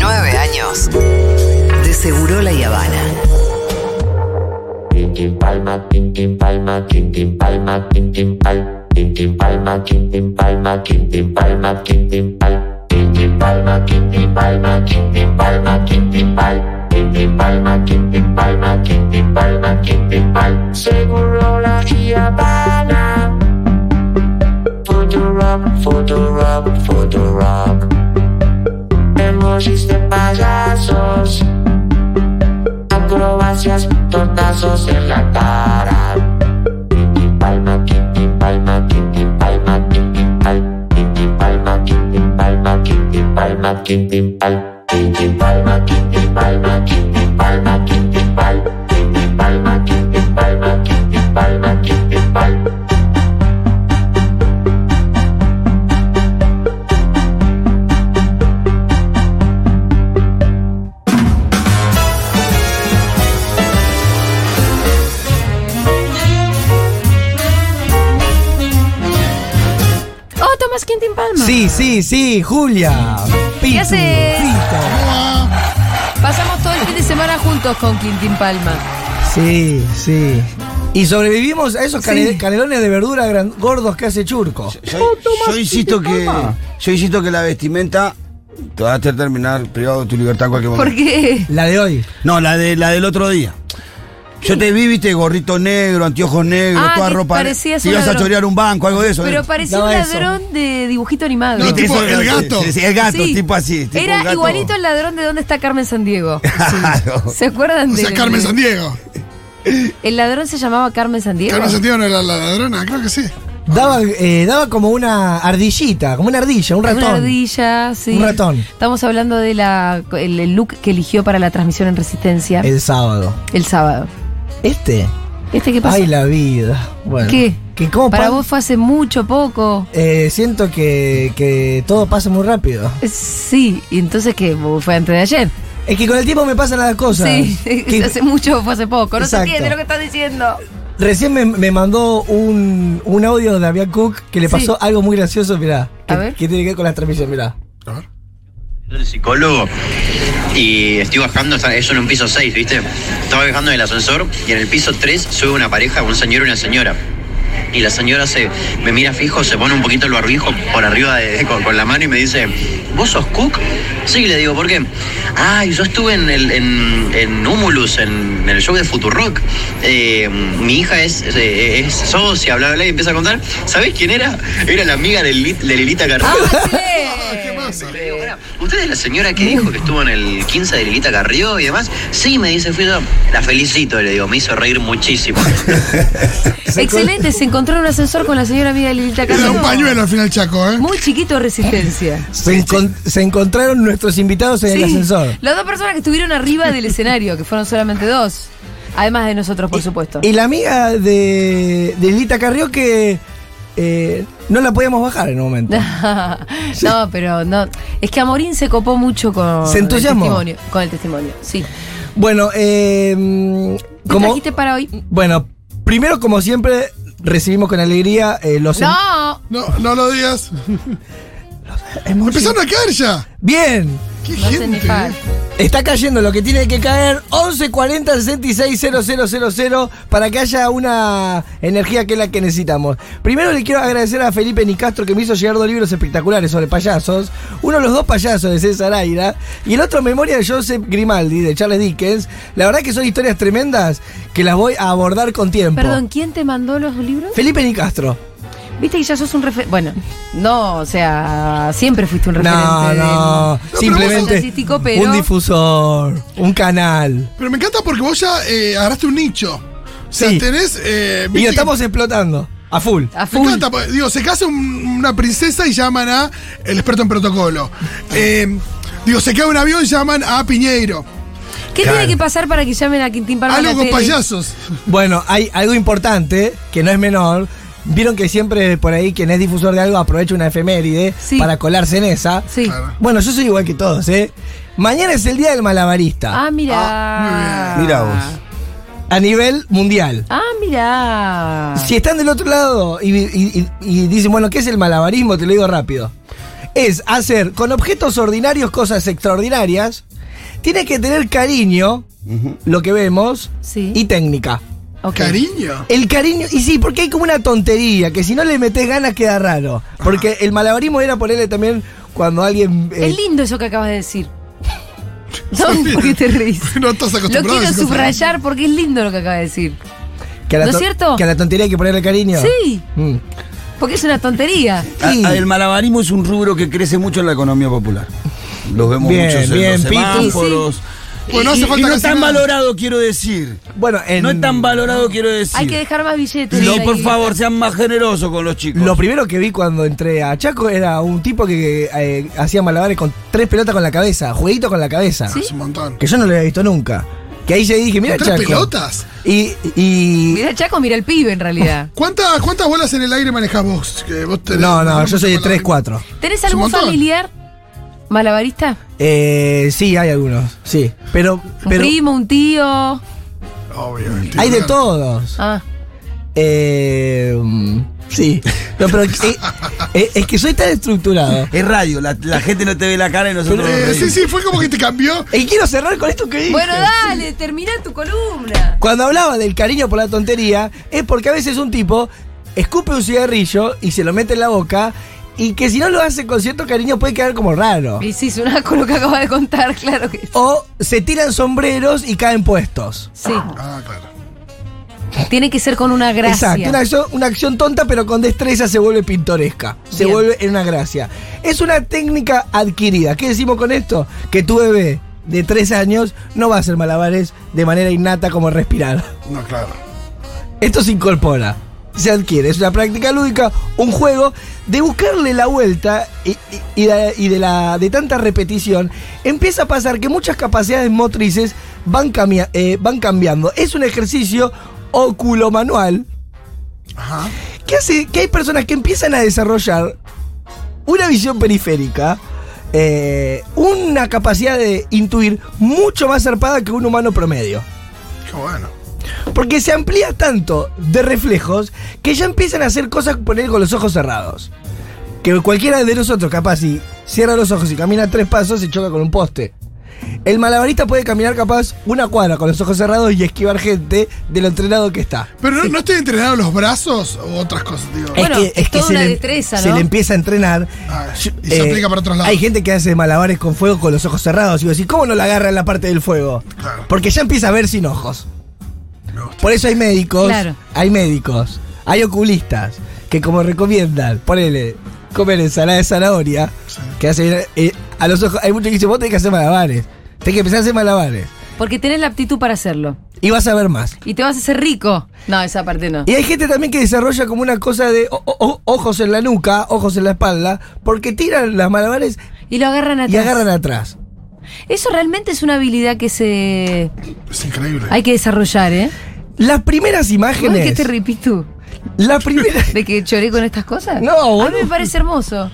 Nueve años de Segurola y Habana. Tintin palma, tintin palma, tintin palma, tintin pal, tintin palma, tintin palma, tintin palma, tintin pal, tintin palma, tintin palma, tintin palma, tintin pal, tintin palma, tintin palma, tintin palma, tintin pal, seguro la Habana. Photo rock, photo rock, photo rock. Emojis de payasos acrobacias, tortazos en la cara. Tintin palma, tintin palma, tintin palma, tintin pal, tintin palma, tintin palma, tintin palma, tintin pal, tintin palma, tintin palma, tintin palma, tintin pal, tintin palma, tintin palma, tintin palma, tintin pal. Oh, Tomás Quintín Palma. Sí, sí, sí, Julia. Pitu, haces? Pito. Pasamos todo el fin de semana juntos con Quintín Palma. Sí, sí. Y sobrevivimos a esos cane- canelones de verdura gran- gordos que hace Churco. Oh, Yo, yo insisto que yo insisto que la vestimenta te vas a hacer terminar privado de tu libertad en cualquier momento. ¿Por qué? La de hoy. No, la de la del otro día. Yo te vi, viste, gorrito negro, anteojos negros, Ah, toda que ropa. parecías Te un ibas a ladrón. chorear un banco, algo de eso. Pero ¿eh? parecía Daba un eso. ladrón de dibujito animado. No, tipo el gato. Sí, sí, el gato, Sí. tipo así. tipo Era un gato. igualito el ladrón de dónde está Carmen Sandiego. Claro. ¿Se acuerdan O de sea, Carmen Sandiego. El ladrón se llamaba Carmen Sandiego. Carmen Sandiego no era la ladrona, creo que sí. Daba, eh, daba como una ardillita, como una ardilla, un ratón. Una ardilla, sí. Un ratón. Estamos hablando de la el, el look que eligió para la transmisión en Resistencia el, El sábado. sábado. Este. ¿Este qué pasó? Ay, la vida. Bueno. ¿Qué? Que como para pa- vos fue hace mucho poco. eh, siento que, que todo pasa muy rápido. Eh, Sí, y entonces que fue antes de ayer. Es que con el tiempo me pasan las cosas. Sí, Que- hace mucho fue hace poco. No se Exacto. entiende lo que estás diciendo. Recién me, me mandó un, un audio de Damián Cook que le Sí. pasó algo muy gracioso, mirá. A que, ver. que tiene que ver con las transmisiones, mirá. A ver. el psicólogo y estoy bajando, está- eso en un piso 6, ¿viste? Estaba bajando del ascensor y en el piso 3 sube una pareja, un señor y una señora. Y la señora se me mira fijo, se pone un poquito el barbijo por arriba de- con, con la mano y me dice, ¿vos sos Cook? Sí, le digo, ¿por qué? Ay, yo estuve en, el, en, en Humulus, en, en el show de Futurock. Eh, mi hija es, es, es socia, bla, bla, bla, y empieza a contar. ¿Sabés quién era? Era la amiga de, Lil- de Lilita Carrillo. Eh. Ah, ¿Qué pasa? Le digo, "Pará, ¿Usted es la señora que dijo que estuvo en el 15 de Lilita Carrió y demás? Sí, me dice, fui yo. La felicito, le digo, me hizo reír muchísimo. Excelente, se encontró en un ascensor con la señora amiga de Lilita Era Carrillo. un pañuelo al final, Chaco, ¿eh? Muy chiquito de resistencia. Se, encon- se encontraron nuestros invitados en el Sí, ascensor. Las dos personas que estuvieron arriba del escenario, que fueron solamente dos. Además de nosotros, Eh, por supuesto. Y la amiga de, de Lita Carrió que eh, no la podíamos bajar en un momento. no, pero no. Es que Amorín se copó mucho con Se entusiasmó. el testimonio. Con el testimonio, sí. Bueno, eh, ¿Qué como, trajiste para hoy? bueno, primero como siempre recibimos con alegría eh, los... em- No, No, no lo digas. emojis. Empezaron a caer ya. Bien, ¿Qué no sé ni gente? par. eh. Está cayendo lo que tiene que caer 1140 66 000 para que haya una energía que es la que necesitamos. Primero le quiero agradecer a Felipe Nicastro que me hizo llegar dos libros espectaculares sobre payasos. Uno los dos payasos de César Aira y el otro Memoria de Joseph Grimaldi de Charles Dickens. La verdad que son historias tremendas que las voy a abordar con tiempo. Perdón, ¿quién te mandó los libros? Felipe Nicastro. Viste que ya sos un referente. Bueno, no, o sea, siempre fuiste un referente. No, del- no, simplemente Payasístico, pero- un difusor, un canal. Pero me encanta porque vos ya eh, agarraste un nicho. O sea, Sí. tenés. Eh, Y viste lo que- estamos explotando a full. A Me full. encanta, porque, digo, se casa un- una princesa y llaman a el experto en protocolo. Ah. Eh, digo, se cae un avión y llaman a Piñeiro. ¿Qué tiene que pasar para que llamen a Quintín Palma? a la Algo con tele? payasos. Bueno, hay algo importante que no es menor. Vieron que siempre por ahí quien es difusor de algo aprovecha una efeméride Sí. para colarse en esa. Sí. Claro. Bueno, yo soy igual que todos, ¿eh? Mañana es el día del malabarista Ah, mira. Ah, muy bien. Mirá vos. a nivel mundial. Ah, mira. Ah. Si están del otro lado y, y- y- y dicen, bueno, ¿qué es el malabarismo? Te lo digo rápido. es hacer con objetos ordinarios cosas extraordinarias. Tiene que tener cariño, lo que vemos, Sí. y técnica. Ok. Eh, Cariño. El cariño, y sí, porque hay como una tontería, que si no le metes ganas queda raro. Porque el malabarismo era ponerle también cuando alguien... eh, Es lindo eso que acabas de decir. No, ¿por qué te reís? No estás Lo acostumbrado. a quiero esas cosas. subrayar porque es lindo lo que acaba de decir. que a la ¿no es to- cierto? Que a la tontería hay que ponerle cariño. Sí, Mm. porque es una tontería. A- Sí. a- Ah, el malabarismo es un rubro que crece mucho en la economía popular. Los vemos Bien, muchos en bien, los Pitu. semáforos. Bueno, hace Y- y falta no casi tan nada. valorado, quiero decir. Bueno, en- No es tan valorado, quiero decir. Hay que dejar más billetes. No, ahí. por favor, sean más generosos con los chicos. Lo primero que vi cuando entré a Chaco era un tipo que eh, hacía malabares con tres pelotas con la cabeza, jueguito con la cabeza. Sí. Es un montón. Que yo no lo había visto nunca. Que ahí se dije, mira ¿Tres Chaco. pelotas? Y, y Mira el Chaco, mira el pibe en realidad. ¿Cuántas, ¿Cuántas bolas en el aire manejas vos? Que vos tenés- no, no, yo soy de mucho 3, malabarismo. 4. ¿Tenés un algún montón. familiar malabarista? Eh, sí, hay algunos, sí. Pero, ¿Un pero primo, un tío? Obvio. hay de todos. Ah, Eh, mm, sí. No, pero eh, eh, es que soy tan estructurado. Es radio, la, la gente no te ve la cara y nosotros. nos Eh, sí, reímos. sí, fue como que te cambió. Y quiero cerrar con esto que dije. Bueno, dale, termina tu columna. Cuando hablaba del cariño por la tontería, es porque a veces un tipo escupe un cigarrillo y se lo mete en la boca y que si no lo hace con cierto cariño puede quedar como raro. Y sí, es un asco lo que acaba de contar, claro que O se tiran sombreros y caen puestos. sí. Ah, claro. Tiene que ser con una gracia. Exacto, una acción, una acción tonta pero con destreza se vuelve pintoresca, se Bien. vuelve en una gracia. Es una técnica adquirida. ¿Qué decimos con esto? Que tu bebé de tres años no va a hacer malabares de manera innata como respirar. No, claro. Esto se incorpora, se adquiere. Es una práctica lúdica, un juego de buscarle la vuelta y, y- y de, y de la, de tanta repetición. Empieza a pasar que muchas capacidades motrices van, camia- eh, van cambiando. Es un ejercicio oculomanual Ajá. que hace que hay personas que empiezan a desarrollar una visión periférica. eh, una capacidad de intuir mucho más zarpada que un humano promedio. Qué bueno. Porque se amplía tanto de reflejos que ya empiezan a hacer cosas poner con los ojos cerrados. Que cualquiera de nosotros, capaz, si cierra los ojos y camina tres pasos, se choca con un poste. El malabarista puede caminar capaz una cuadra con los ojos cerrados y esquivar gente de lo entrenado que está. Pero no, no estoy entrenado los brazos o otras cosas, digo. Eh, Bueno, es toda una le, destreza, se ¿no? le empieza a entrenar. eh, Ah, y se aplica para otros lados. Hay gente que hace malabares con fuego con los ojos cerrados. Y vos decís, ¿cómo no la agarra en la parte del fuego? Claro. Porque ya empieza a ver sin ojos. Me gusta. Por eso hay médicos, Claro. hay médicos, hay oculistas que como recomiendan, ponele, comer ensalada de zanahoria, que hace bien, eh, a los ojos, hay muchos que dicen, vos tenés que hacer malabares, tenés que empezar a hacer malabares, Porque tenés la aptitud para hacerlo. y vas a ver más. Y te vas a hacer rico. No, esa parte no. Y hay gente también que desarrolla como una cosa de o- o- o- ojos en la nuca, ojos en la espalda, porque tiran las malabares Y lo agarran atrás. y agarran atrás. Eso realmente es una habilidad que se Es increíble. hay que desarrollar, ¿eh? Las primeras ¿Por qué imágenes, te repito las primeras... de que lloré con estas cosas? No, A mí boludo. me parece hermoso.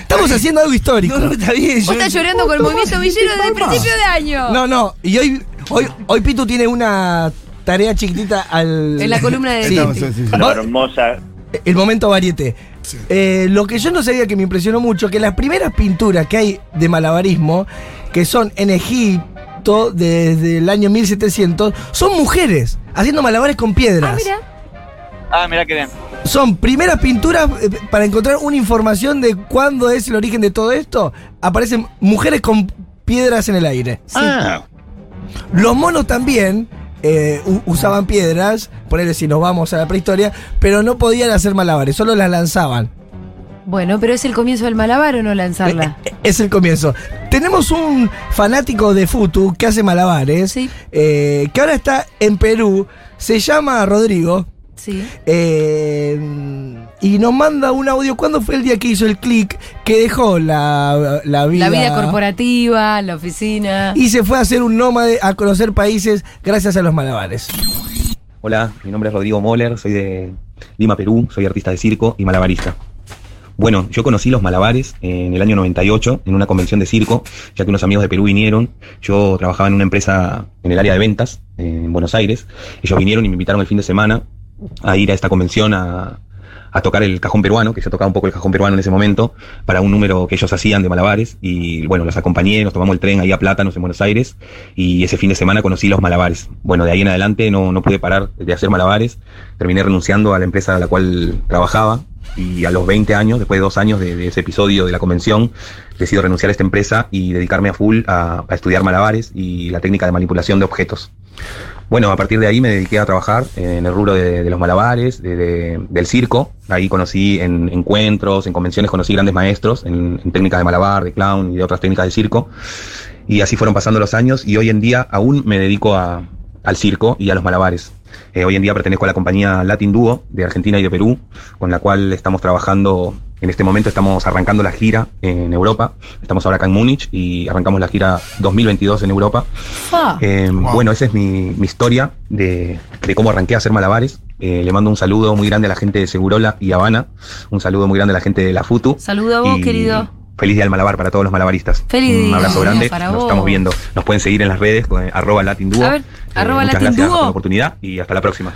Estamos haciendo algo histórico. No, no, está bien. Vos estás llorando con el movimiento villero desde el principio de año. No, no, y hoy, hoy, hoy Pitu tiene una tarea chiquitita al... En la columna de Sí. Estamos- sí, sí, sí. Va- hermosa. el momento variete. Eh, lo que yo no sabía que me impresionó mucho, que las primeras pinturas que hay de malabarismo, que son en Egipto desde el año 1700, son mujeres haciendo malabares con Ah, piedras. mira. Ah, mirá que bien. son primeras pinturas eh, para encontrar una información de cuándo es el origen de todo esto. Aparecen mujeres con piedras en el aire. Ah, Los monos también eh, u- usaban piedras, ponerle si nos vamos a la prehistoria, pero no podían hacer malabares, solo las lanzaban. Bueno, pero es el comienzo del malabar o no lanzarla. Eh, eh, Es el comienzo. Tenemos un fanático de Futu que hace malabares, Sí. eh, que ahora está en Perú, se llama Rodrigo, Sí. eh, y nos manda un audio. ¿Cuándo fue el día que hizo el clic que dejó la, la La vida? vida corporativa, la oficina. Y se fue a hacer un nómade a conocer países gracias a los malabares. Hola, mi nombre es Rodrigo Moller, soy de Lima, Perú, soy artista de circo y malabarista. Bueno, yo conocí los malabares en el año 98 en una convención de circo, ya que unos amigos de Perú vinieron. Yo trabajaba en una empresa en el área de ventas eh, en Buenos Aires. Ellos vinieron y me invitaron el fin de semana a ir a esta convención a, a tocar el cajón peruano, que yo tocaba un poco el cajón peruano en ese momento, para un número que ellos hacían de malabares. Y bueno, los acompañé, nos tomamos el tren ahí a Plátanos en Buenos Aires. Y ese fin de semana conocí los malabares. Bueno, de ahí en adelante no, no pude parar de hacer malabares. Terminé renunciando a la empresa a la cual trabajaba. Y a los 20 años, después de dos años de, de ese episodio de la convención, decido renunciar a esta empresa y dedicarme a full a- a estudiar malabares y la técnica de manipulación de objetos. Bueno, a partir de ahí me dediqué a trabajar en el rubro de, de los malabares, de- de- del circo. Ahí conocí en encuentros, en convenciones, conocí grandes maestros en, en técnicas de malabar, de clown y de otras técnicas de circo. Y así fueron pasando los años y hoy en día aún me dedico a- al circo y a los malabares. Eh, hoy en día pertenezco a la compañía Latin Duo de Argentina y de Perú, con la cual estamos trabajando, en este momento estamos arrancando la gira en Europa. Estamos ahora acá en Múnich y arrancamos la gira 2022 en Europa. Fa. Eh, Bueno, esa es mi, mi historia de, de cómo arranqué a hacer malabares. Eh, le mando un saludo muy grande a la gente de Segurola y Habana. Un saludo muy grande a la gente de la FUTU. Saludo a vos, Y querido. Feliz día al malabar para todos los malabaristas. Feliz Un día abrazo grande. para Nos vos. estamos viendo. Nos pueden seguir en las redes con eh, arroba latinduo. A ver, arroba muchas Latin gracias Duo. por la oportunidad y hasta la próxima.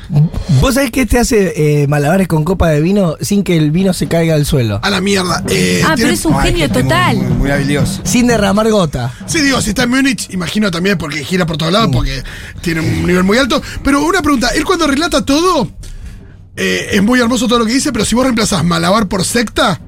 ¿Vos sabés que este hace eh, malabares con copa de vino sin que el vino se caiga al suelo? A la mierda. Eh, Ah, pero tiene- es un Ay, genio gente muy- total. Muy, muy habilidoso. Sin derramar gota. Sí, digo, si está en Múnich, imagino también porque gira por todos lados, porque tiene un nivel muy alto. Pero una pregunta, él cuando relata todo, eh, es muy hermoso todo lo que dice, pero si vos reemplazás Malabar por secta,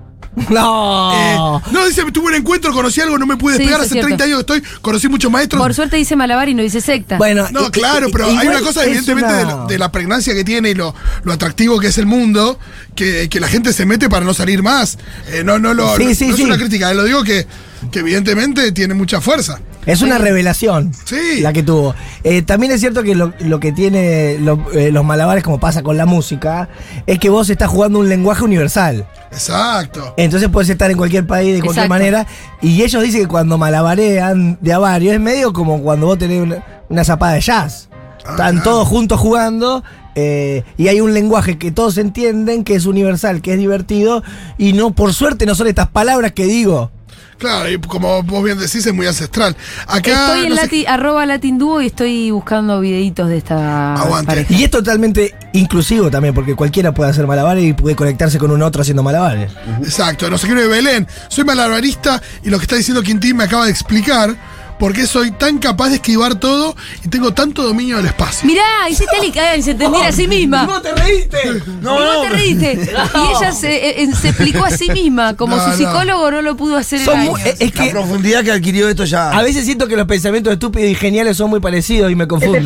No. eh, no, dice, tuve un encuentro, conocí algo, no me pude Oh. Sí, despegar, eso hace es cierto. 30 años que estoy, conocí muchos maestros. Por suerte dice malabar y no dice secta. bueno, no, i- claro, i- pero hay igual una cosa es evidentemente de una- lo- de, la pregnancia que tiene y lo, lo atractivo que es el mundo, que, que la gente se mete para no salir más. Eh, no, no, lo, Sí, no- sí, no sí. es una crítica, eh, lo digo que, que evidentemente tiene mucha fuerza. Es una revelación Sí. la que tuvo. Eh, también es cierto que lo, lo que tiene lo- eh, los malabares, como pasa con la música, es que vos estás jugando un lenguaje universal. Exacto. Eh. Entonces puedes estar en cualquier país de cualquier Exacto. manera. Y ellos dicen que cuando malabarean de a varios es medio como cuando vos tenés una, una zapada de jazz. Ah, Están claro. todos juntos jugando eh, y hay un lenguaje que todos entienden, que es universal, que es divertido. Y no, por suerte, no son estas palabras que digo. Claro, y como vos bien decís, es muy ancestral. Acá. Estoy en no sé- lati- arroba Latin Duo y estoy buscando videitos de esta Aguante. pareja. Y es totalmente inclusivo también, porque cualquiera puede hacer malabares y puede conectarse con un otro haciendo malabares. Exacto, no sé qué de Belén. Soy malabarista y lo que está diciendo Quintín me acaba de explicar por qué soy tan capaz de esquivar todo y tengo tanto dominio del espacio. Mirá, hiciste Ali y se entendía a sí misma. te reíste! No, no, te reíste. Y ella se, eh, eh, se explicó a sí misma, como No, su no. psicólogo no lo pudo hacer en años. es La que profundidad que adquirió esto ya. a veces siento que los pensamientos estúpidos y geniales son muy parecidos y me confunden.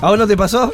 ¿A vos no te pasó?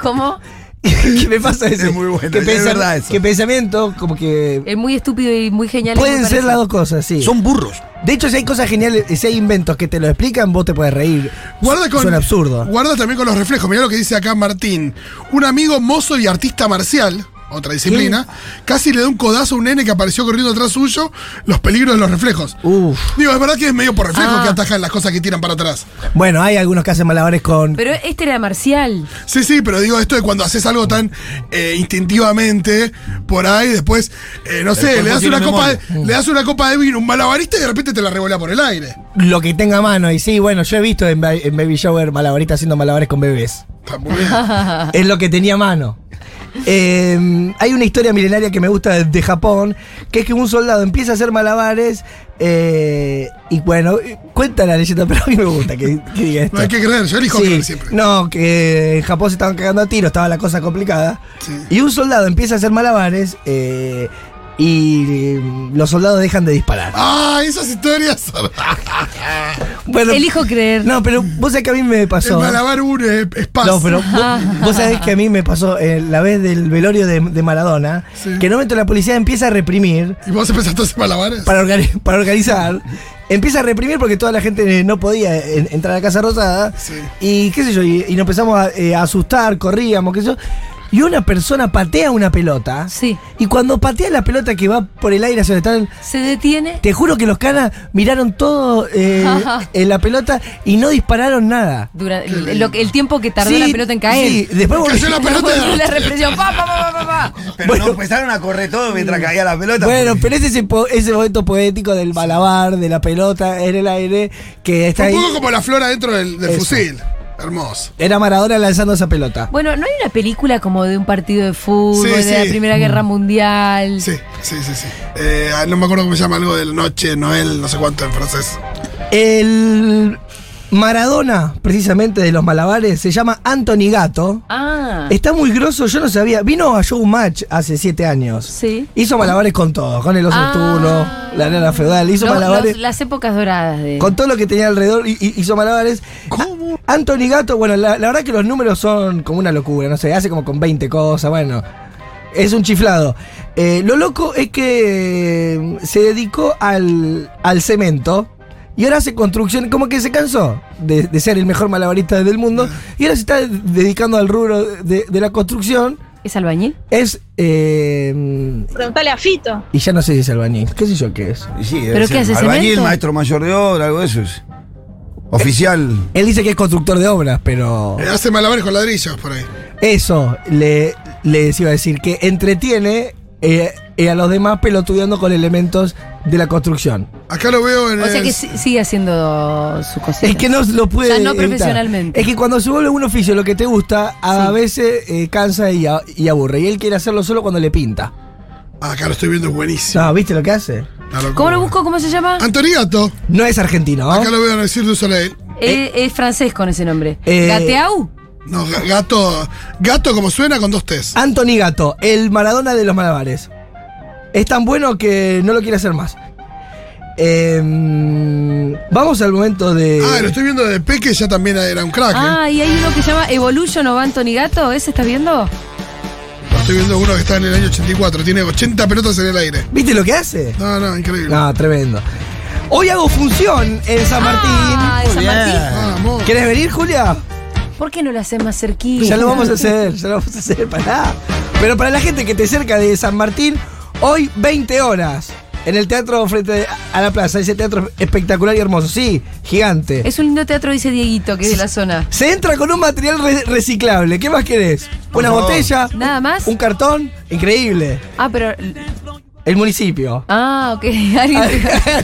Como ¿Qué me pasa eso? Es muy bueno, Que, es verdad eso. que pensamiento, como que. el muy estúpido y muy genial. es Pueden muy ser las parecido. dos cosas, sí. Son burros. De hecho, si hay cosas geniales, si hay inventos que te lo explican, vos te puedes reír. Guarda con. Suena absurdo. Guarda también con los reflejos. Mirá lo que dice acá Martín. Un amigo mozo y artista marcial, otra disciplina, casi le da un codazo a un nene que apareció corriendo atrás suyo, los peligros de los reflejos. Uf. Digo, es verdad que es medio por reflejo Ah. que atajan las cosas que tiran para atrás. Bueno, hay algunos que hacen malabares con. Pero este era marcial. Sí, sí, pero digo esto de cuando haces algo tan eh, instintivamente por ahí, después, eh, no sé, cuerpo le das, tiene una copa de, memoria. le das una copa de vino, a un malabarista y de repente te la revolea por el aire. Lo que tenga a mano. Y sí, bueno, yo he visto en, ba- en Baby Shower malabaristas haciendo malabares con bebés. Está muy bien. es lo que tenía a mano. Eh, hay una historia milenaria que me gusta de, de Japón, que es que un soldado empieza a hacer malabares eh, y bueno, eh, cuenta la leyenda, pero a mí me gusta que, que diga esto. No hay que creer, yo elijo Sí, creer siempre. No, que en Japón se estaban cagando a tiro, estaba la cosa complicada. Sí. Y un soldado empieza a hacer malabares eh, y mm, los soldados dejan de disparar. Ah, esas historias son- Ah, Bueno, Elijo creer. no, pero vos sabés que a mí me El pasó. malabar uno es, es paz. No, pero vos, vos sabés que a mí me pasó eh, la vez del velorio de, de Maradona, Sí. que en un momento la policía empieza a reprimir ¿Y vos empezaste a hacer malabares? para, organi- para organizar. Empieza a reprimir porque toda la gente eh, no podía eh, entrar a Casa Rosada. Sí. Y qué sé yo, y, y nos empezamos a, eh, a asustar, corríamos, qué sé yo. Y una persona patea una pelota. Sí. Y cuando patea la pelota que va por el aire hacia donde están. Se detiene. Te juro que los canas miraron todo eh, en la pelota y no dispararon nada. dura- el, lo que- el tiempo que tardó Sí, la pelota en caer. Sí, después Cayó la pelota. Volvió la represión. Pa, pa, pa, pa, pa, pa. Pero Bueno. no empezaron a correr todo Mm. mientras caía la pelota. Bueno, porque- pero ese es el po- ese momento poético del malabar, de la pelota en el aire, que está un ahí. poco como la flor adentro del, del Eso. fusil. Hermoso. Era Maradona lanzando esa pelota. Bueno, ¿no hay una película como de un partido de fútbol, Sí, de la sí. Primera Guerra Mm. Mundial? Sí, sí, sí, sí. Eh, ah, no me acuerdo cómo se llama algo del noche, Noel, no sé cuánto en francés. El Maradona, precisamente de los malabares, se llama Anthony Gato. Ah, Está muy grosso, yo no sabía. Vino a Showmatch hace siete años. Sí. Hizo malabares con todo, con el oso Ah. Tuno, la nana feudal. Hizo los- malabares los- las épocas doradas de... Eh, con todo lo que tenía alrededor. y- y- hizo malabares. ¿Cómo? A- Anthony Gato, bueno, la, la verdad que los números son como una locura, no sé, hace como con 20 cosas, bueno. Es un chiflado. Eh, lo loco es que eh, se dedicó al, al cemento y ahora hace construcción, como que se cansó de, de ser el mejor malabarista del mundo y ahora se está dedicando al rubro de, de la construcción. ¿Es albañil? Es... eh, Preguntale a Fito. y ya no sé si es albañil, qué sé yo qué es. Y sí, debe ¿Pero ser qué hace, Albañil, cemento? maestro mayor de obra, algo de eso. es. Oficial. Él dice que es constructor de obras, pero... Eh, hace malabares con ladrillos por ahí. Eso le, les iba a decir, que entretiene eh, eh, a los demás pelotudeando con elementos de la construcción. Acá lo veo en O sea el- que si- sigue haciendo su cosita. Es que no lo O puede. sea, no evitar. profesionalmente. Es que cuando se vuelve un oficio lo que te gusta, a Sí. veces eh, cansa y, a- y aburre. Y él quiere hacerlo solo cuando le pinta. Ah, Acá lo estoy viendo, es buenísimo. No, ¿viste lo ¿Ah? que hace? Una locura. ¿Cómo lo busco? ¿Cómo se llama? Antoni Gato. No es argentino, ¿no? Acá lo veo en el Cirque du Soleil. Eh, es francés con ese nombre. Eh, ¿Gateau? No, ga- gato. Gato como suena con dos T's. Anthony Gato, el Maradona de los malabares. Es tan bueno que no lo quiere hacer más. Em, vamos al momento de. Ah, lo estoy viendo de Peque, ya también era un crack. ¿eh? Ah, y hay uno que se llama Evolution o Anthony Gato. ¿Ese estás viendo? Lo estoy viendo uno que está en el año 84, tiene 80 pelotas en el aire. ¿Viste lo que hace? No, no, increíble. No, Ah, tremendo. Hoy hago función en San Martín. Ah, de San Martín. Vamos. ¿Quieres venir, Julia? ¿Por qué no lo haces más cerquita? Ya lo vamos a hacer, ya lo vamos a hacer, pará. Pero para la gente que esté cerca de San Martín, hoy 20 horas. En el teatro frente a la plaza, ese teatro espectacular y hermoso, sí, gigante. Es un lindo teatro, dice Dieguito, que es de la zona. Se entra con un material re- reciclable, ¿qué más querés? Una favor. botella, ¿Nada más? un cartón, increíble. Ah, pero. El municipio. Ah, ok. Alguien-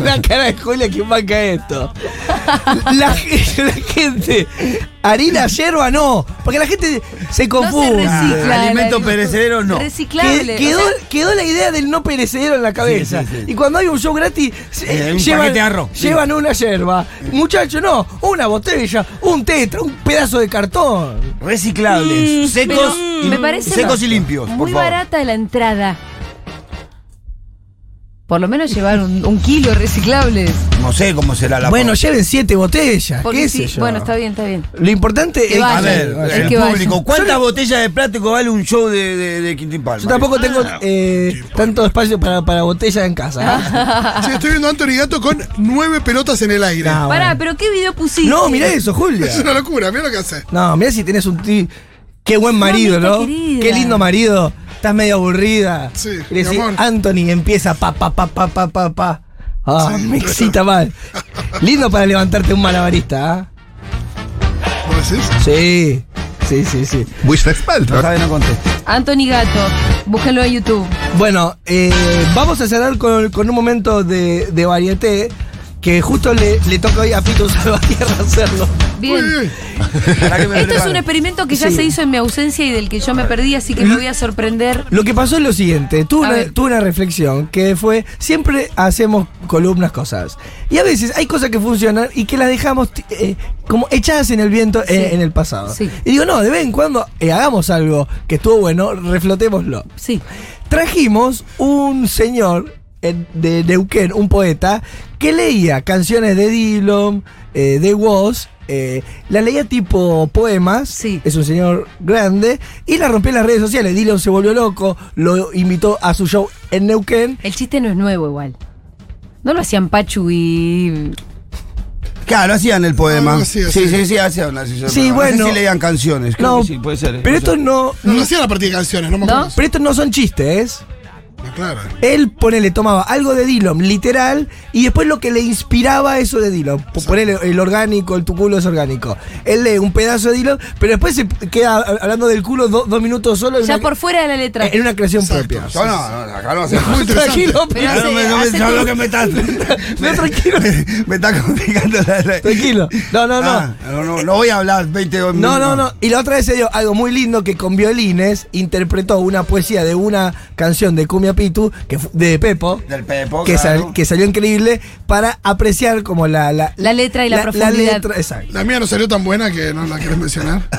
la cara de Julia que banca esto. La, ge- la gente. Harina, yerba, no. Porque la gente se No se confunde. Ah, recicla. Alimentos la- perecederos, no. Reciclable. Que- quedó, o sea, quedó la idea del no perecedero en la cabeza. sí, sí. Y cuando hay un show gratis, se- Eh, un llevan, paquete de arroz. llevan una yerba. Muchacho, no. Una botella, un tetra, un pedazo de cartón. Reciclables. secos Mm, pero y, me parece secos y limpios, por muy favor. barata la entrada. Por lo menos llevar un, un kilo de reciclables. No sé cómo será la bueno, lleven siete botellas. Porque ¿Qué sí, sé yo? bueno, está bien, está bien. Lo importante Que es. A vayan. ver, eh, Es el que vaya. público, ¿cuántas botellas de plástico vale un show de, de, de Quintín Palma? Yo tampoco tengo Ah. eh, tanto espacio para, para botellas en casa. ¿eh? Sí, estoy viendo a Anthony Gato con nueve pelotas en el aire. No, Pará, pero ¿qué video pusiste? Ah, No, mirá eso, Julia. Es una locura, mira lo que hace. No, mirá si tenés un tío. Qué buen marido, Mamita ¿no? querida. Qué lindo marido. Estás medio aburrida. Sí, Y le mi decís, amor. Anthony empieza pa, pa, pa, pa, pa, pa, pa. Ah, Sí. me excita mal. lindo para levantarte un malabarista, ¿ah? ¿Vos decís? Sí. Sí, sí, sí. No sabe, no contesta. Anthony Gato, búsquenlo en YouTube. Bueno, eh, vamos a cerrar con, con un momento de, de varieté que justo le, le toca hoy a Pito Salvatierra hacerlo. Bien. Uy, uy. Para que Esto es me un prepare. experimento que ya Sí. se hizo en mi ausencia y del que yo me perdí, así que me voy a sorprender. Lo que pasó es lo siguiente, tuve A una, ver. tuve una reflexión que fue, siempre hacemos columnas, cosas, y a veces hay cosas que funcionan y que las dejamos ti- eh, como echadas en el viento eh, en el pasado. Sí. Y digo, no, de vez en cuando eh, hagamos algo que estuvo bueno, reflotémoslo. Sí. Trajimos un señor eh, de Neuquén, un poeta, que leía canciones de Dillon, eh, de Woz, eh, la leía tipo poemas, Sí. es un señor grande, y la rompió en las redes sociales. Dillon se volvió loco, lo invitó a su show en Neuquén. El chiste no es nuevo igual. No lo hacían Pachu y. Claro, hacían el poema. Ah, lo hacía, sí, sí. sí, sí, hacían la sesión. Sí, No sé bueno. si leían canciones. Creo No, que sí, puede ser. ¿eh? Pero Puede estos no, No, lo hacían a partir de canciones, no me ¿No? acuerdo. pero estos no son chistes. No, claro. Él, ponele, tomaba algo de Dillom, literal, y después lo que le inspiraba eso de Dillom. Po- Ponele el orgánico, el tu culo es orgánico. Él lee un pedazo de Dillom, pero después se queda a- hablando del culo do- dos minutos solo en, Ya una, por fuera de la letra. en una creación Exacto. propia. Yo no, no, acá no se Muy interesante. Tranquilo, Pero Ya no hace- me, no me- hace ya tu- lo que me está. No, tranquilo. Me, me está complicando la. la- Tranquilo. No, no, no. Ah, no, no. no voy a hablar 20 minutos. No, no, no. Y la otra vez se dio algo muy lindo que con violines interpretó una poesía de una canción de Cumia Pitu, que fu- de Pepo, Del Pepo. que, sal- claro. que salió increíble, para apreciar como la... La, La letra y la profundidad. letra, exacto. La mía no salió tan buena que no la querés mencionar.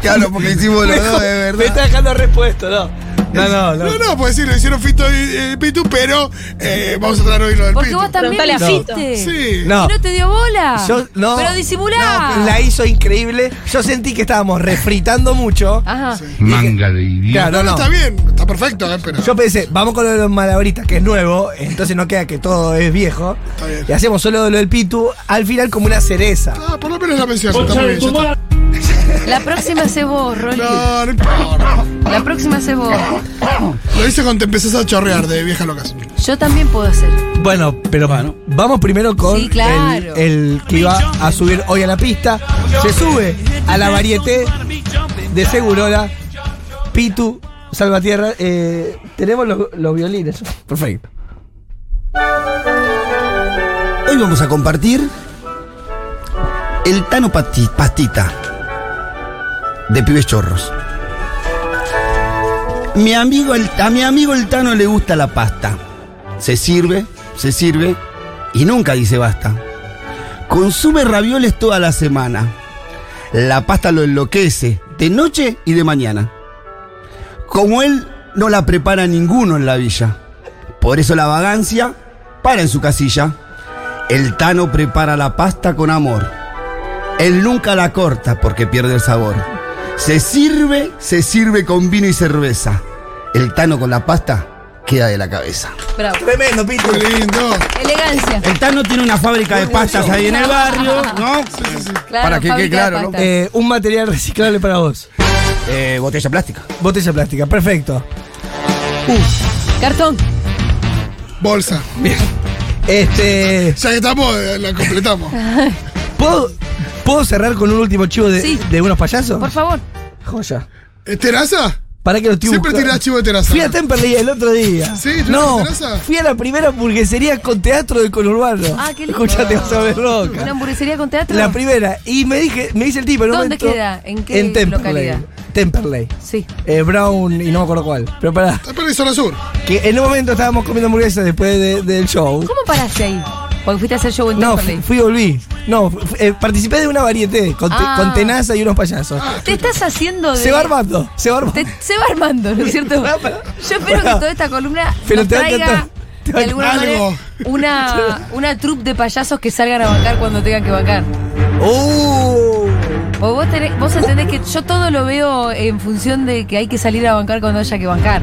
Claro, porque hicimos los dos, de Me está verdad. dejando respuesto, no. No, no, no. No, no, pues sí, lo hicieron Fito y eh, Pitu, pero eh, vamos a tratar hoy lo del Porque Pitu. vos también Preguntale la a Fito. hiciste. Sí. No. Y no te dio bola. Yo- no. Pero No, disimulá. pero la hizo increíble. Yo sentí que estábamos refritando mucho. Ajá. Manga de idiota. Claro, no, Está bien, está perfecto, eh, pero. Yo pensé, vamos con lo de los malabaristas, que es nuevo, entonces no queda que todo es viejo. Está bien. Y hacemos solo lo del Pitu, al final como una cereza. Ah, por lo menos la mención. Está muy bien, ya está. La próxima se vos, Rolly. No, no importa. La próxima se vos. Lo hice cuando te empezás a chorrear de vieja locas. Yo también puedo hacer. Bueno, pero vamos primero con Sí, claro. el, el que iba a subir hoy a la pista. Se sube a la varieté de Segurola, Pitu, Salvatierra. Eh, tenemos los, los violines. Perfecto. Hoy vamos a compartir el Tano Pati- Pastita de Pibes Chorros. Mi amigo, el- a mi amigo el Tano le gusta la pasta. Se sirve, se sirve y nunca dice basta. Consume ravioles toda la semana. La pasta lo enloquece de noche y de mañana. Como él no la prepara ninguno en la villa. Por eso la vagancia para en su casilla. El Tano prepara la pasta con amor. Él nunca la corta porque pierde el sabor. Se sirve, se sirve con vino y cerveza. El Tano con la pasta queda de la cabeza. Bravo. Tremendo, Pitu. Qué lindo. Elegancia. El Tano tiene una fábrica de pastas ahí en el barrio, ¿no? Claro, Para que quede fábrica de claro, ¿no? pasta. Eh, un material reciclable para vos. Eh, botella plástica. Botella plástica, perfecto. Cartón. Bolsa. Este. Ya que estamos, eh, la completamos. ¿Puedo, ¿puedo cerrar con un último chivo de, Sí. de unos payasos? Por favor. Joya. Eh, ¿Teraza? ¿Para que lo estoy Siempre buscando. tirás chivo de teraza. Fui a Temperley el otro día. Sí, ¿tú no. eras de Terraza? Fui a la primera hamburguesería con teatro del conurbano. Ah, qué lindo. Escuchate, vas a ver loca. ¿Una hamburguesería con teatro? La primera. Y me dije, me dice el tipo en un ¿Dónde momento- queda? ¿En qué en Temperley. localidad? Temperley. Sí. Eh, Brown y no me acuerdo cuál. Pero pará. Está en la zona sur. Que en un momento estábamos comiendo hamburguesas después de- del show. ¿Cómo paraste ahí? Porque fuiste a hacer show en No, Temperley. fu- fui y volví. No, fu- eh, participé de una varieté con, te- Ah. con tenaza y unos payasos. Te estás haciendo de... se va armando, se va armando. Te- se va armando, ¿no es cierto? Pará, pará. Yo espero que Pará. toda esta columna Pero nos te va a traiga encantar. Te va a de alguna encantar. manera una, una troupe de payasos que salgan a bancar cuando tengan que bancar. ¡Uh! Porque vos, tenés- vos entendés que yo todo lo veo en función de que hay que salir a bancar cuando haya que bancar.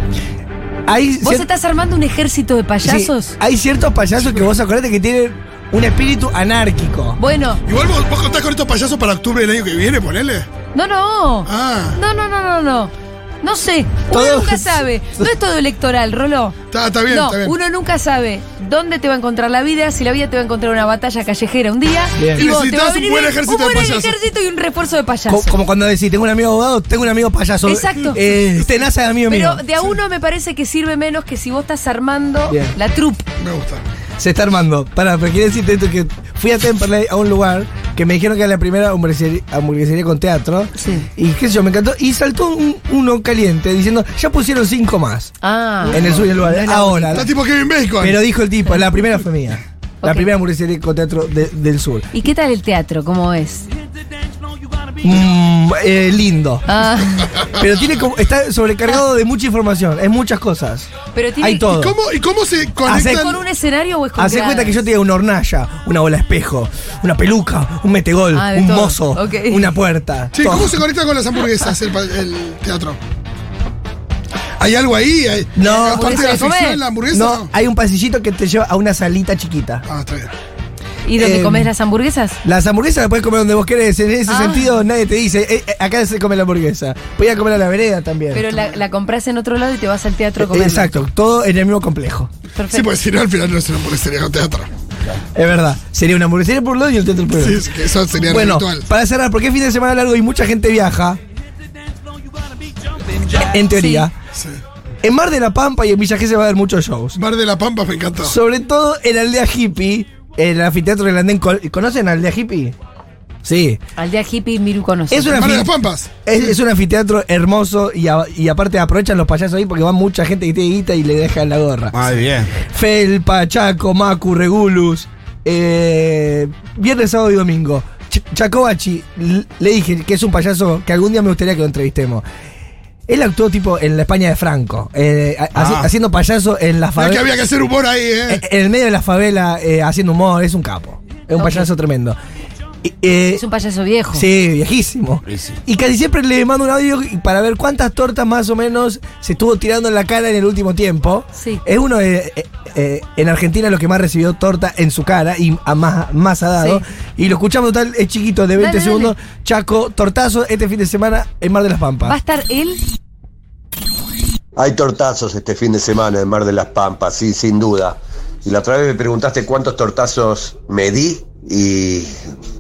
Ahí Vos cier- estás armando un ejército de payasos. Sí, hay ciertos payasos que vos acordate que tienen un espíritu anárquico. Bueno, Igual vos, vos contás con estos payasos para octubre del año que viene, ponele. no, no. Ah, No, no, no, no, no. No sé. Uno Todos- nunca sabe. No es todo electoral, Rolo. está, está bien, no, está bien. uno nunca sabe dónde te va a encontrar la vida, si la vida te va a encontrar una batalla callejera un día. Bien. Y vos te va a Necesitas un venir buen ejército un buen de payasos. ejército y un refuerzo de Co- payasos. Como cuando decís, tengo un amigo abogado, tengo un amigo payaso. Exacto. Eh, tenaza de amigo Pero mío. de a uno me parece que sirve menos que si vos estás armando Bien. la troupe. Me gusta. Se está armando. Pará, pero quiero decirte esto que fui a Temperley a un lugar que me dijeron que era la primera hamburguesería, hamburguesería con teatro. Sí. Y qué sé yo, me encantó. Y saltó un- uno caliente diciendo, ya pusieron cinco más. Ah. en el suyo del lugar. Ahora. Está tipo Kevin Bacon. Pero dijo el tipo, la primera fue mía. La Ok. primera hamburguesería con teatro de- del sur. ¿Y qué tal el teatro? ¿Cómo es? Mm, eh, lindo. Ah, Pero tiene como, está sobrecargado de mucha información, es muchas cosas. pero tiene Hay todo. ¿Cómo, ¿Y cómo se ¿Es conectan? con un escenario o es con Hacé gradas? cuenta que yo tenía una hornalla, una bola espejo, una peluca, un metegol, Ah, de un todo. mozo, Ok. una puerta. Che, todo. ¿cómo se conecta con las hamburguesas el, pa- el teatro? ¿Hay algo ahí? ¿Hay- No. ¿Es parte de la Hamburguesa de comer. ficción la hamburguesa? No, hay un pasillito que te lleva a una salita chiquita. Ah, está bien. ¿Y donde Em, comes las hamburguesas? Las hamburguesas las puedes comer donde vos querés. En ese Ah. sentido, nadie te dice, "Eh, eh, acá se come la hamburguesa. Voy a comer a la vereda también. Pero la, la compras en otro lado y te vas al Eh, teatro a comerla. Exacto, todo en el mismo complejo. Perfecto. Sí, pues. porque si no, al final no es una hamburguesería, es un teatro. Es verdad. Sería una hamburguesería por un lado y el teatro por el Sí, otro. es que eso sería Bueno, ritual. para cerrar, porque es fin de semana largo y mucha gente viaja. En teoría. Sí. En Mar de la Pampa y en Villa Gesell va a haber muchos shows. Bar de la Pampa me encantó. Sobre todo en Aldea Hippie, el anfiteatro del Andén. Col- ¿Conocen Aldea Hippie? Sí. Aldea hippie Miru conoce. Es, una Mar de anfi- las Pampas. es, es un anfiteatro hermoso y, a- y aparte aprovechan los payasos ahí porque va mucha gente que tiene guita y le dejan la gorra. Muy bien. Felpa, Chaco, Macu, Regulus. eh, viernes, sábado y domingo. Ch- Chacobachi, l- le dije que es un payaso que algún día me gustaría que lo entrevistemos. Él actuó tipo en la España de Franco, eh, ha- Ah. haci- haciendo payaso en la Ya que había favela. que hacer humor ahí, ¿eh? En el medio de la favela, eh, haciendo humor, es un capo. Es un Ok. payaso tremendo. Y, eh, Es un payaso viejo. Sí, viejísimo. Y sí. Y casi siempre le mando un audio para ver cuántas tortas más o menos se estuvo tirando en la cara en el último tiempo. Sí. Es uno de, eh, eh, en Argentina los que más recibió torta en su cara y a más, más ha dado. Sí. Y lo escuchamos total, es chiquito, de 20 Dale, segundos. Chaco, tortazo este fin de semana en Mar de las Pampas. ¿Va a estar él? Hay tortazos este fin de semana en Mar de las Pampas, sí, sin duda. Y la otra vez me preguntaste cuántos tortazos me di y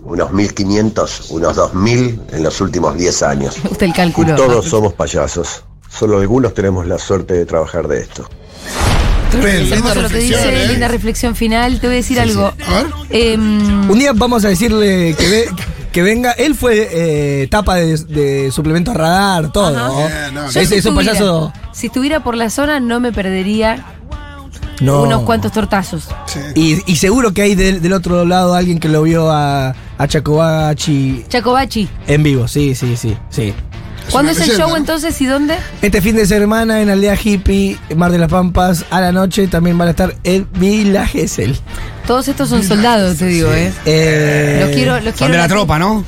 unos 1500, unos 2000 en los últimos 10 años. Me gusta el Y cálculo. todos somos payasos. Solo algunos tenemos la suerte de trabajar de esto. Tremendo, Hermoso lo que dice, ¿eh? linda reflexión final. Te voy a decir algo. A ver. Em, Un día vamos a decirle que, ve- que venga. Él fue eh, tapa de, de suplemento radar, todo. Ajá. Bien, no, Es- yo es, si un estuviera- payaso. Si estuviera por la zona, no me perdería No. unos cuantos tortazos. Sí. Y, y seguro que hay del, del otro lado alguien que lo vio a, a Chacobachi Chacobachi, en vivo. Sí, sí, sí, sí. ¿cuándo una es el leyenda, show ¿no? entonces y dónde? Este fin de semana en Aldea Hippie, Mar de las Pampas, a la noche también van a estar en Villa Gesell. Todos estos son soldados, te digo, ¿eh? Eh, Los quiero, los Son quiero. de la la- tropa, ¿no?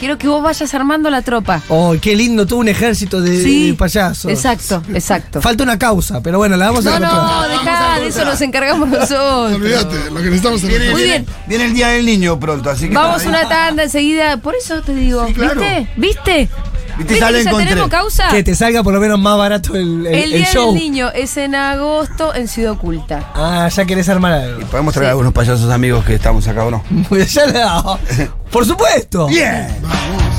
Quiero que vos vayas armando la tropa. Oh, qué lindo, tuvo un ejército de, de payasos. Exacto, exacto. Falta una causa, pero bueno, la vamos a No, encontrar. no, dejá, de eso nos encargamos nosotros. Olvídate, lo que necesitamos es Viene, Muy viene- bien. viene el día del niño pronto, así que. Vamos está una bien. tanda enseguida, por eso te digo, Sí, claro. ¿viste? ¿Viste? Viste, ya que la ya encontré. tenemos causa? Que te salga por lo menos más barato el, El el- el Día show. del Niño es en agosto en Ciudad Oculta. Ah, ya querés armar algo. Podemos traer algunos payasos amigos que estamos acá o no. ya le he dado. Por supuesto. Bien. Vamos.